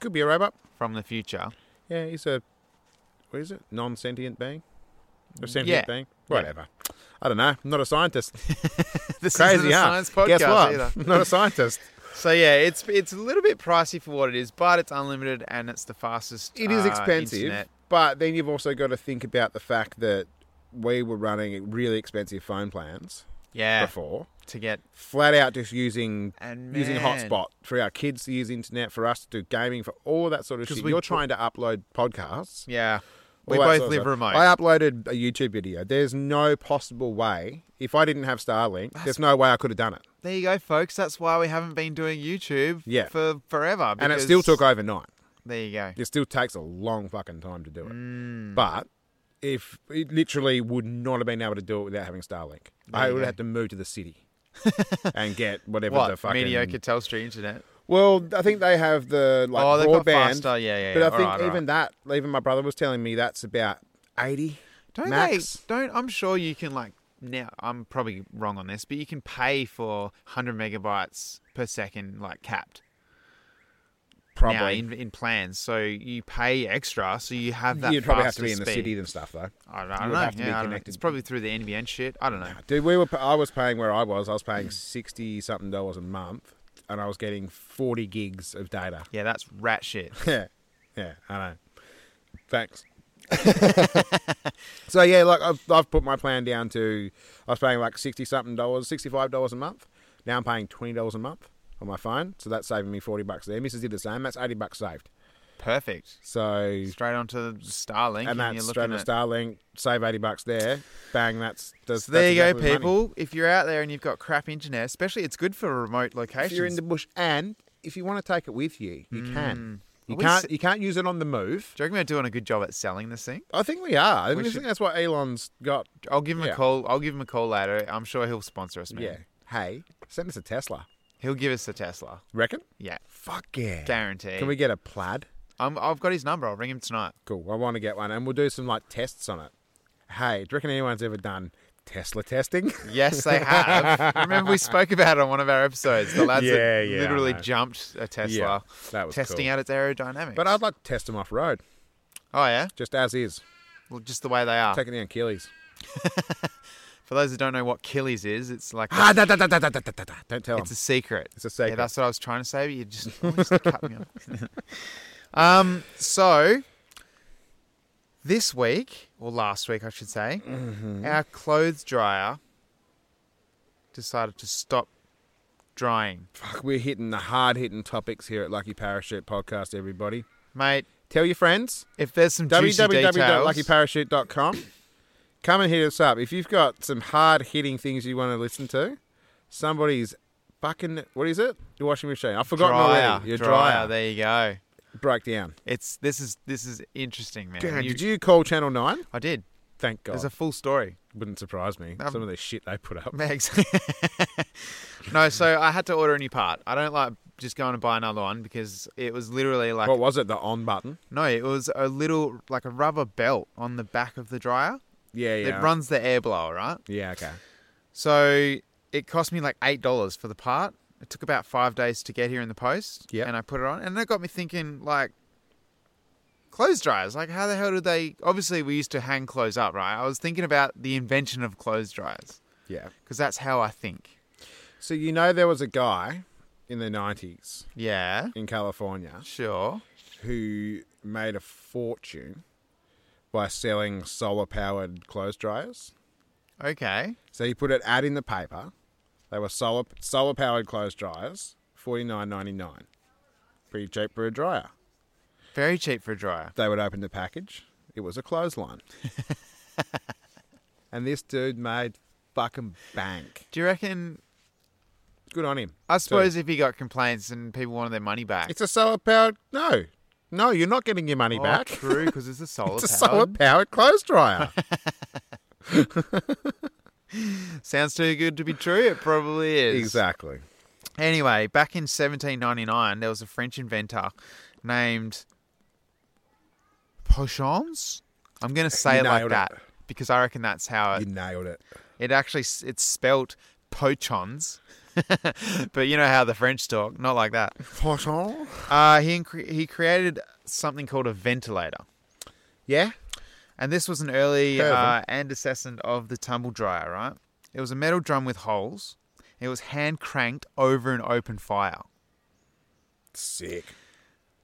could be a robot. from the future. [LAUGHS] Yeah, he's a what is it? Non-sentient being, or sentient Yeah. being? Whatever. I don't know. I'm not a scientist. [LAUGHS] this Crazy, isn't a huh? science podcast Guess what? either. I'm [LAUGHS] not a scientist. [LAUGHS] So yeah, it's it's a little bit pricey for what it is, but it's unlimited and it's the fastest. It is uh, expensive, internet. but then you've also got to think about the fact that we were running really expensive phone plans Yeah, before, to get flat out just using and using man, hotspot for our kids to use internet, for us to do gaming, for all of that sort of 'Cause shit. we You're put- trying to upload podcasts. Yeah, we all that both sort of live stuff. remote. I uploaded a YouTube video. There's no possible way if I didn't have Starlink. there's no way I could have done it, there you go, folks. That's why we haven't been doing YouTube. Yeah. for forever. and it because- still took overnight. There you go. It still takes a long fucking time to do it. Mm. But if it literally would not have been able to do it without having Starlink, I you would go. have had to move to [LAUGHS] the city and get whatever What the fucking mediocre Telstra internet? Well, I think they have the like oh, they've got broadband, faster. Yeah, yeah. but I yeah. think Alright, alright. even that, even my brother was telling me that's about eighty. Don't Max. they? Don't I'm sure you can like now. I'm probably wrong on this, but you can pay for 100 megabytes per second, like capped. Probably Now in, in plans, so you pay extra, so you have that. you'd probably have to be in faster the city speed. and stuff though. I don't, I You don't would know. have to be yeah, I don't know. connected. It's probably through the NBN shit. I don't know. Dude, we were. I was paying where I was. I was paying sixty something dollars a month, and I was getting forty gigs of data. Yeah, that's rat [LAUGHS] shit. yeah, yeah, I know. [LAUGHS] Thanks. [LAUGHS] so yeah, like I've, I've put my plan down to I was paying like sixty something dollars, sixty five dollars a month. Now I'm paying twenty dollars a month on my phone, so that's saving me forty bucks there. Mrs. did the same. That's eighty bucks saved. Perfect. So Straight onto Starlink, and you're that's looking straight to at. Starlink. Save eighty bucks there. Bang. That's, that's So there that's you go, exactly the money. people. If you're out there and you've got crap internet, especially it's good for remote locations. If you're in the bush, and if you want to take it with you, you can. You Hmm. Are we can't. s- You can't use it on the move. Do you reckon we're doing a good job at selling this thing? I think we are. I We think should- that's what Elon's got I'll give him Yeah. a call. I'll give him a call later. I'm sure he'll sponsor us, man. Yeah. Hey, send us a Tesla. He'll give us a Tesla. Reckon? Yeah. Fuck yeah. Guarantee. Can we get a plaid? I'm, I've got his number. I'll ring him tonight. Cool. I want to get one, and we'll do some like tests on it. Hey, do you reckon anyone's ever done Tesla testing? [LAUGHS] Yes, they have. Remember we spoke about it on one of our episodes. The lads Yeah, that yeah, I literally know. jumped a Tesla, that was testing cool. out its aerodynamics. But um, I'd like to test them off road, oh yeah, just as is, well, just the way they are. taking down Achilles. For those that don't know what Killies is, it's like Ah, da, da, da, da, da, da, da, da. Don't tell them. it's a secret. It's a Yeah, secret. that's what I was trying to say, but you just [LAUGHS] always cut me off. [LAUGHS] um, so this week or last week, I should say, Mm-hmm. our clothes dryer decided to stop drying, Fuck, we're hitting the hard hitting topics here at Lucky Parachute Podcast, everybody. mate. Tell your friends. If there's some juicy details, www.luckyparachute.com. Come and hit us up. If you've got some hard hitting things you want to listen to, somebody's fucking, what is it? Your washing machine. I've forgotten dryer, already. Your dryer, dryer, There you go. broke down. It's this is this is interesting, man. Dan, You- did you Oh. call Channel 9? I did. Thank God. There's a full story. Wouldn't surprise me. Um, some of the shit they put up. Megs. [LAUGHS] no, so I had to order a new part. I don't like just going and buy another one because it was literally like What was it? The on button? no, it was a little like a rubber belt on the back of the dryer. Yeah, yeah. It runs the air blower, right? Yeah, okay. So it cost me like eight dollars for the part. It took about five days to get here in the post. Yep. and I put it on, and that got me thinking like clothes dryers. Like, how the hell did they? Obviously, we used to hang clothes up, right? I was thinking about the invention of clothes dryers Yeah. because that's how I think. So, you know, there was a guy in the 90s Yeah, in California sure. who made a fortune by selling solar powered clothes dryers. Okay. So he put an ad in the paper. They were solar solar powered clothes dryers, forty nine ninety nine. Pretty cheap for a dryer. Very cheap for a dryer. They would open the package. It was a clothesline. and this dude made fucking bank. Do you reckon? Good on him. I too. suppose if he got complaints and people wanted their money back. it's a solar powered. No, no, you're not getting your money Oh, back. True, because [LAUGHS] it's a solar It's a solar powered. powered clothes dryer. Sounds too good to be true. It probably is. exactly. Anyway, back in 1799, there was a French inventor named Pochons. I'm going to say it like nailed it. that because I reckon that's how You it, nailed it. it actually s- it's spelt Pochons. [LAUGHS] but you know how the French talk, not like that. Poisson? Uh, he incre- he created something called a ventilator, Yeah. and this was an early Heard of uh, antecedent of the tumble dryer. Right, it was a metal drum with holes. It was hand cranked over an open fire. Sick.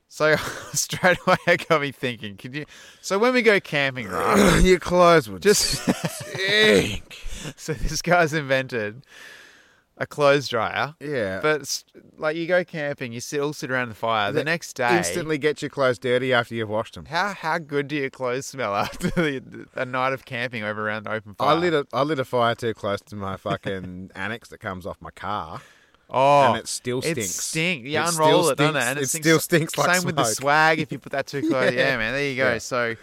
So [LAUGHS] straight away, it got me thinking. Could you? So when we go camping, right? [CLEARS THROAT] your clothes would just Just [LAUGHS] stink. so this guy's invented a clothes dryer, yeah. but s- like you go camping, you sit all sit around the fire. The, That next day, instantly get your clothes dirty after you've washed them. how how good do your clothes smell [LAUGHS] after the, a night of camping over around an open fire? I lit a I lit a fire too close to [LAUGHS] my fucking annex that comes off my car, oh, and it still it stinks. stink. You It unroll still it, doesn't it? stinks- And it, it stinks- still stinks like Same with the smoke. swag. If you put that [LAUGHS] too close, yeah, Yeah. man. There you go. Yeah. So,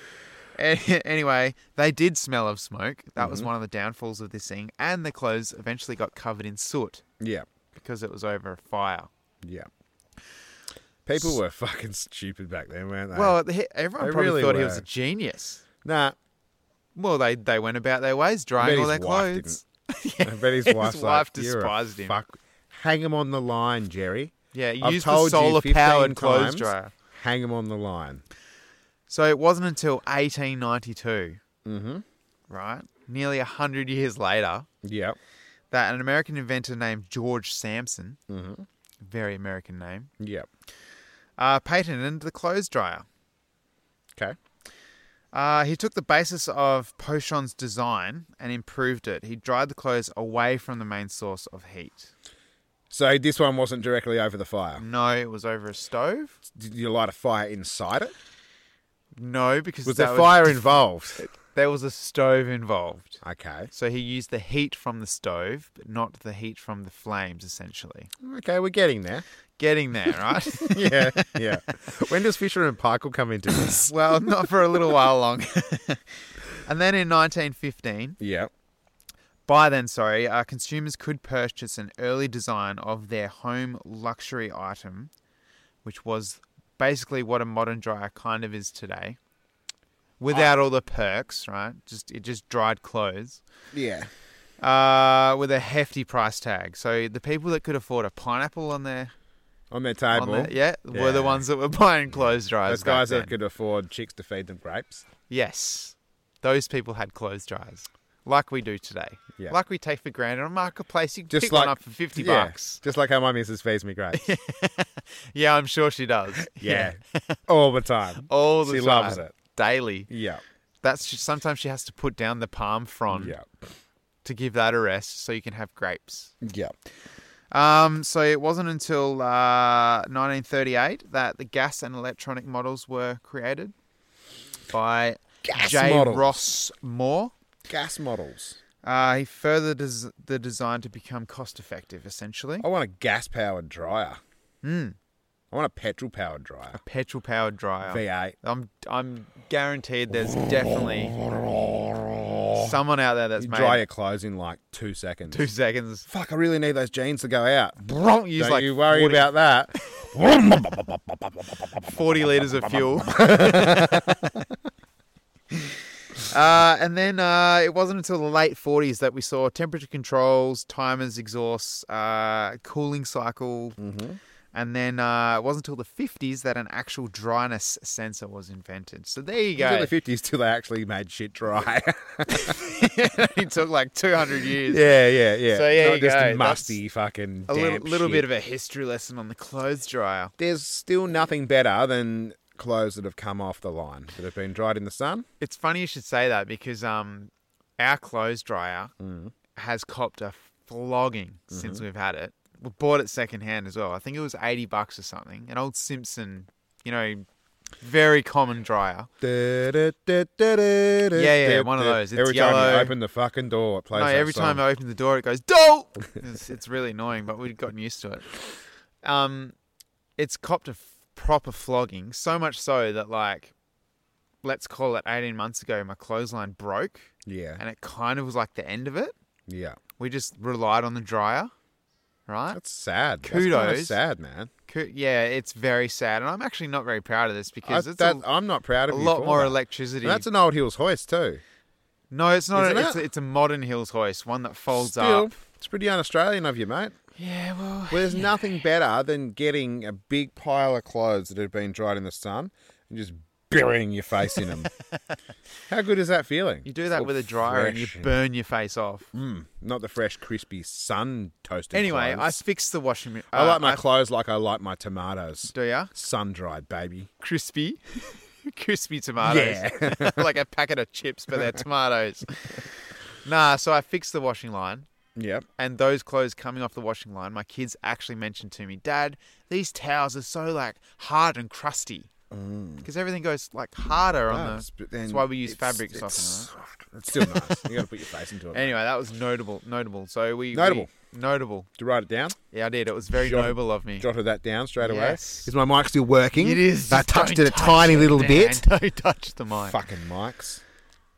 a- [LAUGHS] anyway, they did smell of smoke. That was Mm-hmm. one of the downfalls of this thing. And the clothes eventually got covered in soot Yeah, because it was over a fire. yeah. People were fucking stupid back then, weren't they? Well, he- everyone They probably really thought he was a were. genius. [LAUGHS] nah. Well, they they went about their ways drying bet all his their wife clothes. I bet his wife's wife like, "You're a despised him." Fuck, hang him on the line, Jerry. Yeah, he I've used the told you solar 15 powered clothes times. dryer. Hang him on the line. So it wasn't until 1892, Mhm. right? Nearly 100 years later, Yep. that an American inventor named George Sampson, Mhm. very American name, Yep. uh, patented the clothes dryer. Okay. Uh, he took the basis of Pochon's design and improved it. He dried the clothes away from the main source of heat. So this one wasn't directly over the fire. No, it was over a stove. Did you light a fire inside it? No, because Was that there would- [LAUGHS] fire involved? there was a stove involved. Okay. So he used the heat from the stove, but not the heat from the flames, essentially. Okay, we're getting there. Getting there, right? [LAUGHS] Yeah, yeah. when does Fisher and Paykel come into this? well, not for a little while longer. [LAUGHS] and then in 1915, yeah. By then, sorry, uh, consumers could purchase an early design of their home luxury item, which was basically what a modern dryer kind of is today, without all the perks, right? Just it just dried clothes, Yeah. uh, with a hefty price tag. So the people that could afford a pineapple on their, On their on table. their yeah, were the Yeah. Mm. ones that were [LAUGHS] buying clothes dryers. those back guys that then. could afford chicks to feed them grapes. Yes, those people had clothes dryers. Like we do today, Yeah. like we take for granted on marketplace. You can Just pick one like- up for fifty Yeah, bucks. Just like how my missus feeds [LAUGHS] me grapes. Yeah. Yeah, I'm sure she [LAUGHS] does. All the time. All the she time. loves it. Daily. Yeah. That's just, sometimes she has to put down the palm frond Yeah. to give that a rest so you can have grapes. Yeah. Um, so it wasn't until uh, 1938 that the gas and electronic models were created by Gas J. models. Ross Moore. Gas models. Uh, he furthered des- the design to become cost effective, essentially. I want a gas powered dryer. Mm. I want a petrol powered dryer. Petrol powered dryer. V8. I'm I'm guaranteed there's definitely someone out there that's You made dry your clothes in like two seconds. [LAUGHS] two seconds Fuck, I really need those jeans to go out. Bronk use Don't like you worry 40, about [LAUGHS] that. 40 litres of [LAUGHS] fuel. [LAUGHS] uh, and then uh, it wasn't until the late 40s that we saw temperature controls, timers, exhausts, uh, cooling cycle. Mm-hmm. And then uh, it wasn't until the 50s that an actual dryness sensor was invented. So there you [LAUGHS] Until go. the fifties, till they actually made shit dry. it took like 200 years. [LAUGHS] yeah, yeah, yeah. So, [LAUGHS] yeah, Not you just go. a musty fucking. A little, damp little shit. bit of a history lesson on the clothes dryer. There's still nothing better than clothes that have come off the line that have been dried in the sun. It's funny you should say that because um, our clothes dryer has copped a flogging since we've had it. We bought it secondhand as well. I think it was eighty bucks or something. An old Simpson, you know, very common dryer. Yeah, yeah, one of those. It's every time you yellow. open the fucking door, it plays. no, that every song. time I open the door, it goes [LAUGHS] dope. it's, it's really annoying, but we've gotten used to it. Um, it's copped a f- proper flogging, so much so that like, let's call it eighteen months ago, my clothesline broke, yeah, and it kind of was like the end of it. yeah, We just relied on the dryer, right? that's sad. That's kinda Kudos. sad man. Coo- Yeah, it's very sad, and I'm actually not very proud of this I, because it's that, a, I'm not proud a of you lot for more that. electricity. And that's an old Hills hoist too. no, it's not. Isn't A, it's, it? a, it's a modern hills hoist, one that folds Still, up. it's pretty un-Australian of you, mate. Yeah, well, Well, there's nothing better than getting a big pile of clothes that have been dried in the sun and just burying your face [LAUGHS] in them. How good is that feeling? you do that All with a dryer and you fresh burn your face off. Mm, not the fresh, crispy, sun toasted. Anyway, I clothes. fixed the washing. ma- I uh, like my clothes like I like my tomatoes. Do ya? Sun dried, baby. Crispy, [LAUGHS] crispy tomatoes. Yeah. [LAUGHS] like a packet of chips, but they're [LAUGHS] tomatoes. nah, so I fixed the washing line. Yep. and those clothes coming off the washing line, my kids actually mentioned to me, Dad, these towels are so like hard and crusty because everything goes like harder on the. Nice, Mm. but That's then why we use Oh, it's- fabric it's softener. soft. It's still nice. you got to put your face into it. [LAUGHS] right? Anyway, that was notable. Notable. So we we- Notable. notable. to write it down, Yeah, I did. It was very Jot- noble of me. jotted that down straight Yes. away. Is my mic still working? It is. I just touched don't it a touch tiny it, little man. bit. [LAUGHS] Don't touch the mic. Fucking mics.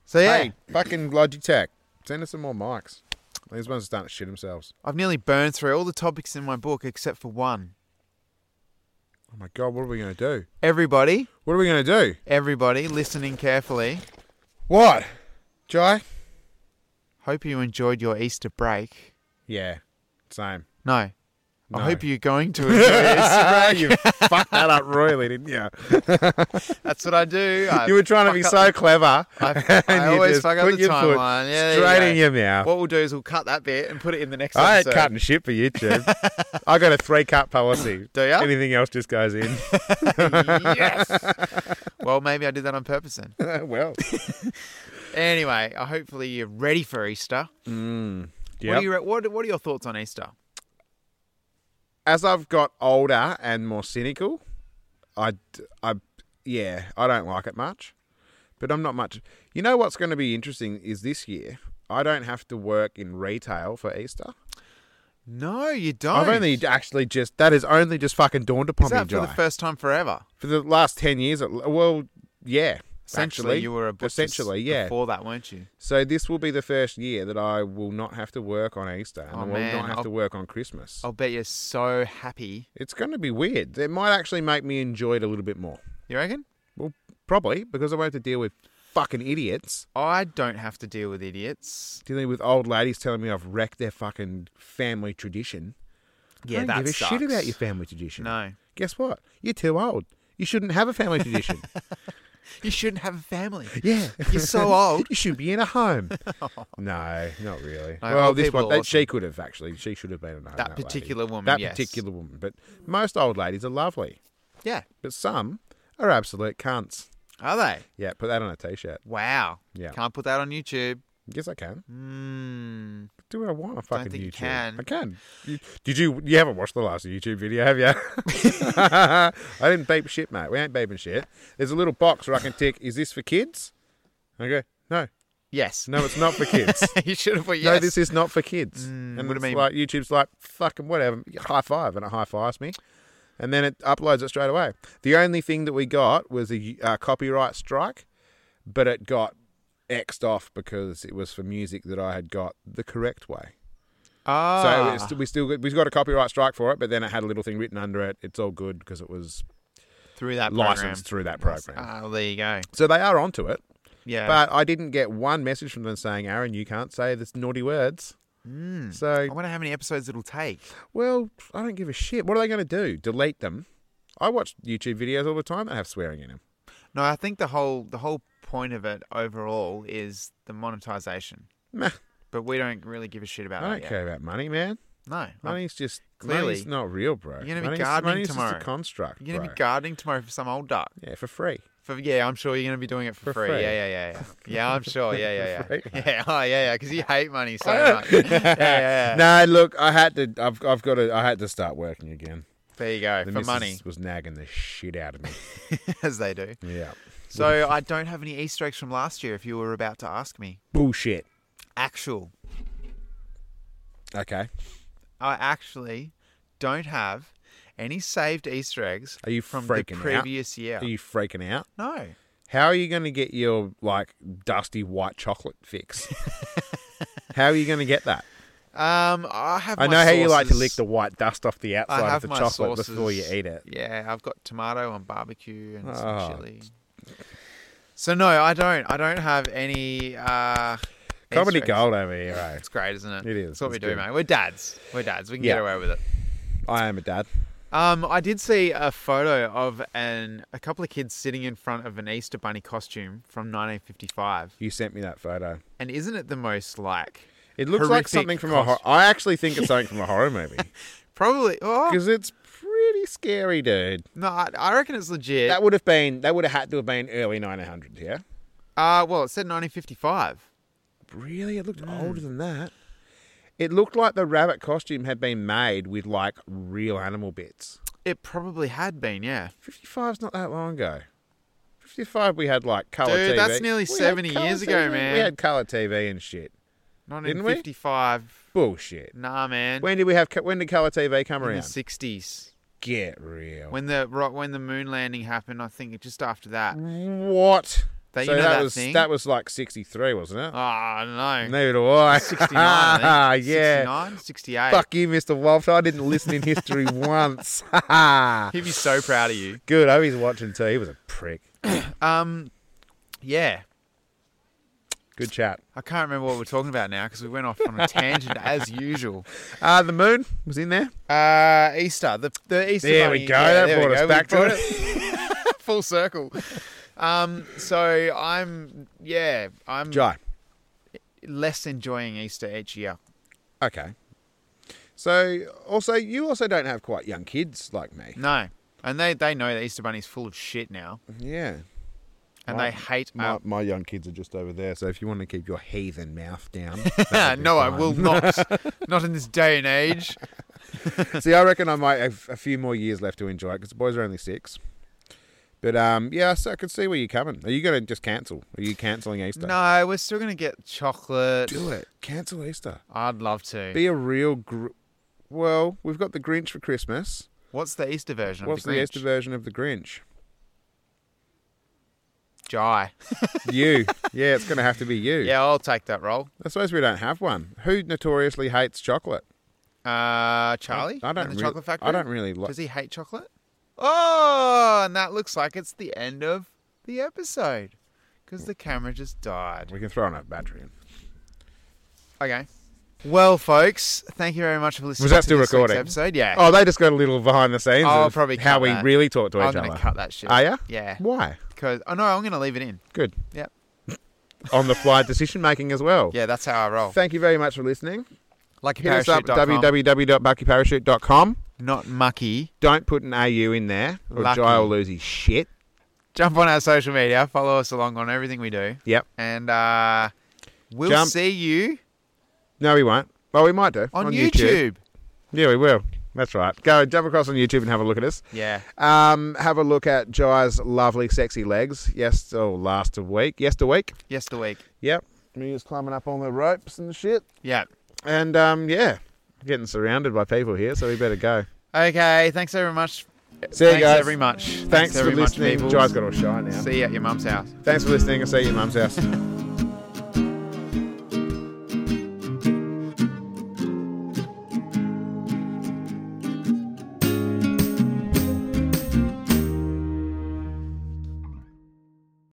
So yeah, Hey, fucking Logitech. Send us some more mics. These ones are starting to shit themselves. I've nearly burned through all the topics in my book except for one. Oh my god, what are we gonna do? Everybody, What are we gonna do? everybody, listening carefully. What? Jai? Hope you enjoyed your Easter break. Yeah. [LAUGHS] Same. No. No. I hope you're going [LAUGHS] to enjoy this. you fucked that up royally, [LAUGHS] didn't you? That's what I do. I You were trying to be fuck so clever. up- I, I [LAUGHS] and you always just fuck up put the your foot timeline. Yeah, there Straight in you your go. mouth. What we'll do is we'll cut that bit and put it in the next I ain't episode. cutting shit [LAUGHS] for YouTube. I got a three cut policy. Do ya? Anything else just [LAUGHS] goes in. [LAUGHS] yes. well, maybe I did that on purpose then. well. Anyway, I hopefully you're ready for Easter. Mm. What, are you, what, what are your thoughts on Easter? as I've got older and more cynical, I, d- I, yeah, I don't like it much. But I'm not much. You know what's going to be interesting is this year. I don't have to work in retail for Easter. No, you don't. I've only actually just that is only just fucking dawned upon Oh, Is me, that for Jai. the first time forever? for the last ten years, it- well, yeah, Essentially, actually. you were a butcher essentially, yeah. before that, weren't you? So this will be the first year that I will not have to work on Easter and Oh, I will man, not have I'll- to work on Christmas. I'll bet you're so happy. It's going to be weird. It might actually make me enjoy it a little bit more. You reckon? Well, probably because I won't have to deal with fucking idiots. I don't have to deal with idiots. Dealing with old ladies telling me I've wrecked their fucking family tradition. Yeah, I don't that give a sucks. shit about your family tradition. No, Guess what? You're too old. You shouldn't have a family [LAUGHS] tradition. you shouldn't have a family. [LAUGHS] yeah. You're [LAUGHS] so old. You should be in [LAUGHS] a home. no, not really. No, well, old this people one, are that, she could have actually. She should have been in a home. That lady. particular woman, That yes. particular woman. But most old ladies are lovely. Yeah, But some are absolute cunts. are they? Yeah, put that on a t shirt. Wow. Yeah. Can't put that on YouTube. Yes, I can. Mm. do what I want on fucking think YouTube. you can. I can. You, did you? You haven't watched the last YouTube video, have you? [LAUGHS] I didn't beep shit, mate. We ain't beeping shit. There's a little box where I can tick. Is this for kids? I go, no, Yes. no, it's not for kids. [LAUGHS] you should have put yes. Mm, No, this is not for kids. and what do you it's mean? like YouTube's like fucking whatever. High five, and it high fives me, and then it uploads it straight away. The only thing that we got was a uh, copyright strike, but it got xed off because it was for music that I had got the correct way. So ah. it's, we still got, we got a copyright strike for it, but then it had a little thing written under it. It's all good because it was through that licensed through that program. program. Oh, there you go. So they are onto it, Yeah. but I didn't get one message from them saying, "Aaron, you can't say this naughty words." Mm. I So wonder how many episodes it'll take. well, I don't give a shit. What are they going to do? Delete them? I watch YouTube videos all the time that have swearing in them. No, I think the whole the whole point of it overall is the monetization. Meh, Oh, But we don't really give a shit about I that don't yet. care about money, man. No. I'm- Money's just Oh, Clearly. money's not real, bro. You're gonna be money's, gardening money's Just tomorrow. a construct, You're going to bro. be gardening tomorrow for some old duck. yeah, for free. For, yeah, I'm sure you're going to be doing it for, For free. free. Yeah, yeah, yeah, yeah. Yeah, [LAUGHS] I'm sure. Yeah, yeah, yeah. [LAUGHS] free. Yeah, oh, yeah, yeah. Because you hate money so [LAUGHS] much. Yeah, yeah, yeah. No, look, I had to. I've, I've got to. I had to start working again. There you go. The for missus money, was nagging the shit out of me. [LAUGHS] as they do. [LAUGHS] yeah, So I don't have any Easter eggs from last year. If you were about to ask me, bullshit. actual, Okay, I actually don't have any saved Easter eggs are you from the freaking previous year. out? Are you freaking out? No, How are you going to get your like dusty white chocolate [LAUGHS] fix? how are you going to get that? um, I have. I my know how you like to lick sauces. the white dust off the I outside have of the my chocolate sauces. before you eat it. Yeah, I've got tomato and barbecue and Oh. some chili. So no, I don't. I don't have any. Uh, Comedy Easter eggs. gold over here. eh? It's great, isn't it? It is. That's what It's we do, good. mate. We're dads. We're dads. We can get Yeah. away with it. [LAUGHS] I am a dad. Um, I did see a photo of an a couple of kids sitting in front of an Easter bunny costume from 1955, You sent me that photo. and isn't it the most like It looks like Horrific something from a horror. cost- I actually think it's something from a horror [LAUGHS] movie probably? Oh because it's pretty scary, dude. no, I, I reckon it's legit. That would have been. That would have had to have been early 900s. Yeah. uh well, it said 1955. Really, it looked Mm. older than that. It looked like the rabbit costume had been made with like real animal bits. It probably had been, yeah. 55's not that long ago. 55, we had like color TV. Dude, that's nearly We had 70 colour years ago, TV. We man. had color TV and shit. Didn't we? 1955. Bullshit. Nah, man. When did we have? co- When did color TV come in the around? 60s, Get real. when the ro- when the moon landing happened, I think just after that. What? That you so know that, that was thing? that was like sixty three, wasn't it? Oh, I [LAUGHS] don't know. Neither [LAUGHS] do I. 69, [LAUGHS] I think. Ah, yeah. 69, 68. Fuck you, Mr. Walsh. I didn't listen [LAUGHS] in history once. [LAUGHS] Good. He'd be so proud of you. I hope he's watching too. He was a prick. Um, yeah. Good chat. I can't remember what we're talking about now because we went off on a tangent as usual. Uh, the moon was in there. Uh, Easter, the the Easter. There bunny- we go. yeah, that there we brought us go. We back brought to it. [LAUGHS] full circle. Um, so I'm yeah, I'm Jai. less enjoying Easter each year. Okay. So also you also don't have quite young kids like me. No, and they they know the Easter bunny's full of shit now, Yeah. Um, and My- they hate. My, our- my young kids are just over there, so if you want to keep your heathen mouth [LAUGHS] down. um, [LAUGHS] no, that would be I fine. will not. [LAUGHS] [LAUGHS] not in this day and age. See, I reckon I might have a few more years left to enjoy it because the boys are only six. But um, yeah, so I could see where you're coming. Are you going to just cancel? Are you cancelling Easter? No, we're still gonna get chocolate. Do it. Cancel Easter. I'd love to. Be a real. Gr- well, we've got the Grinch for Christmas. What's the Easter version? What's of the, the, Grinch? Easter version of the Grinch? Jai. You. [LAUGHS] yeah, it's going to have to be you. [LAUGHS] Yeah, I'll take that role. I suppose we don't have one. Who notoriously hates chocolate? Uh, Charlie. I and don't. the really- chocolate factory. I don't really like. Does he hate chocolate? Oh, and that looks like it's the end of the episode because the camera just died. We can throw another [LAUGHS] battery in. Okay. Well, folks, thank you very much for listening. Was that to still this week's recording? episode, yeah. Oh, they just got a little behind the scenes. I'll of probably cut how we that. really talk to each I'm other. gonna cut that shit. Are you? Yeah, Why? because oh no, I'm gonna leave it in. Good. Yep. [LAUGHS] On the fly decision making as well. Yeah, that's how I roll. Thank you very much for listening. Like Hit us up parachute.com. www.buckyparachute.com. Not mucky. Don't put an AU in there or Lucky. Jai will lose his shit. Jump on our social media. Follow us along on everything we do, Yep. and uh, we'll Jump. see you No, we won't. Well, we might do. on, YouTube. YouTube. Yeah, we will. That's right. Go jump across on YouTube and have a look at us. Yeah. Um, have a look at Jai's lovely, sexy legs. Yes, oh, last week. Yes, the week. Yes, the week. Yep. Me was climbing up on the ropes and shit. Yeah. And um, yeah, getting surrounded by people here, so we better go. Okay. Thanks very much. See you Thanks guys. very much. Thanks, for very much, listening. people. Jai's got all shy now. See you at your mum's house. Thanks for listening. I'll see you at your mum's house.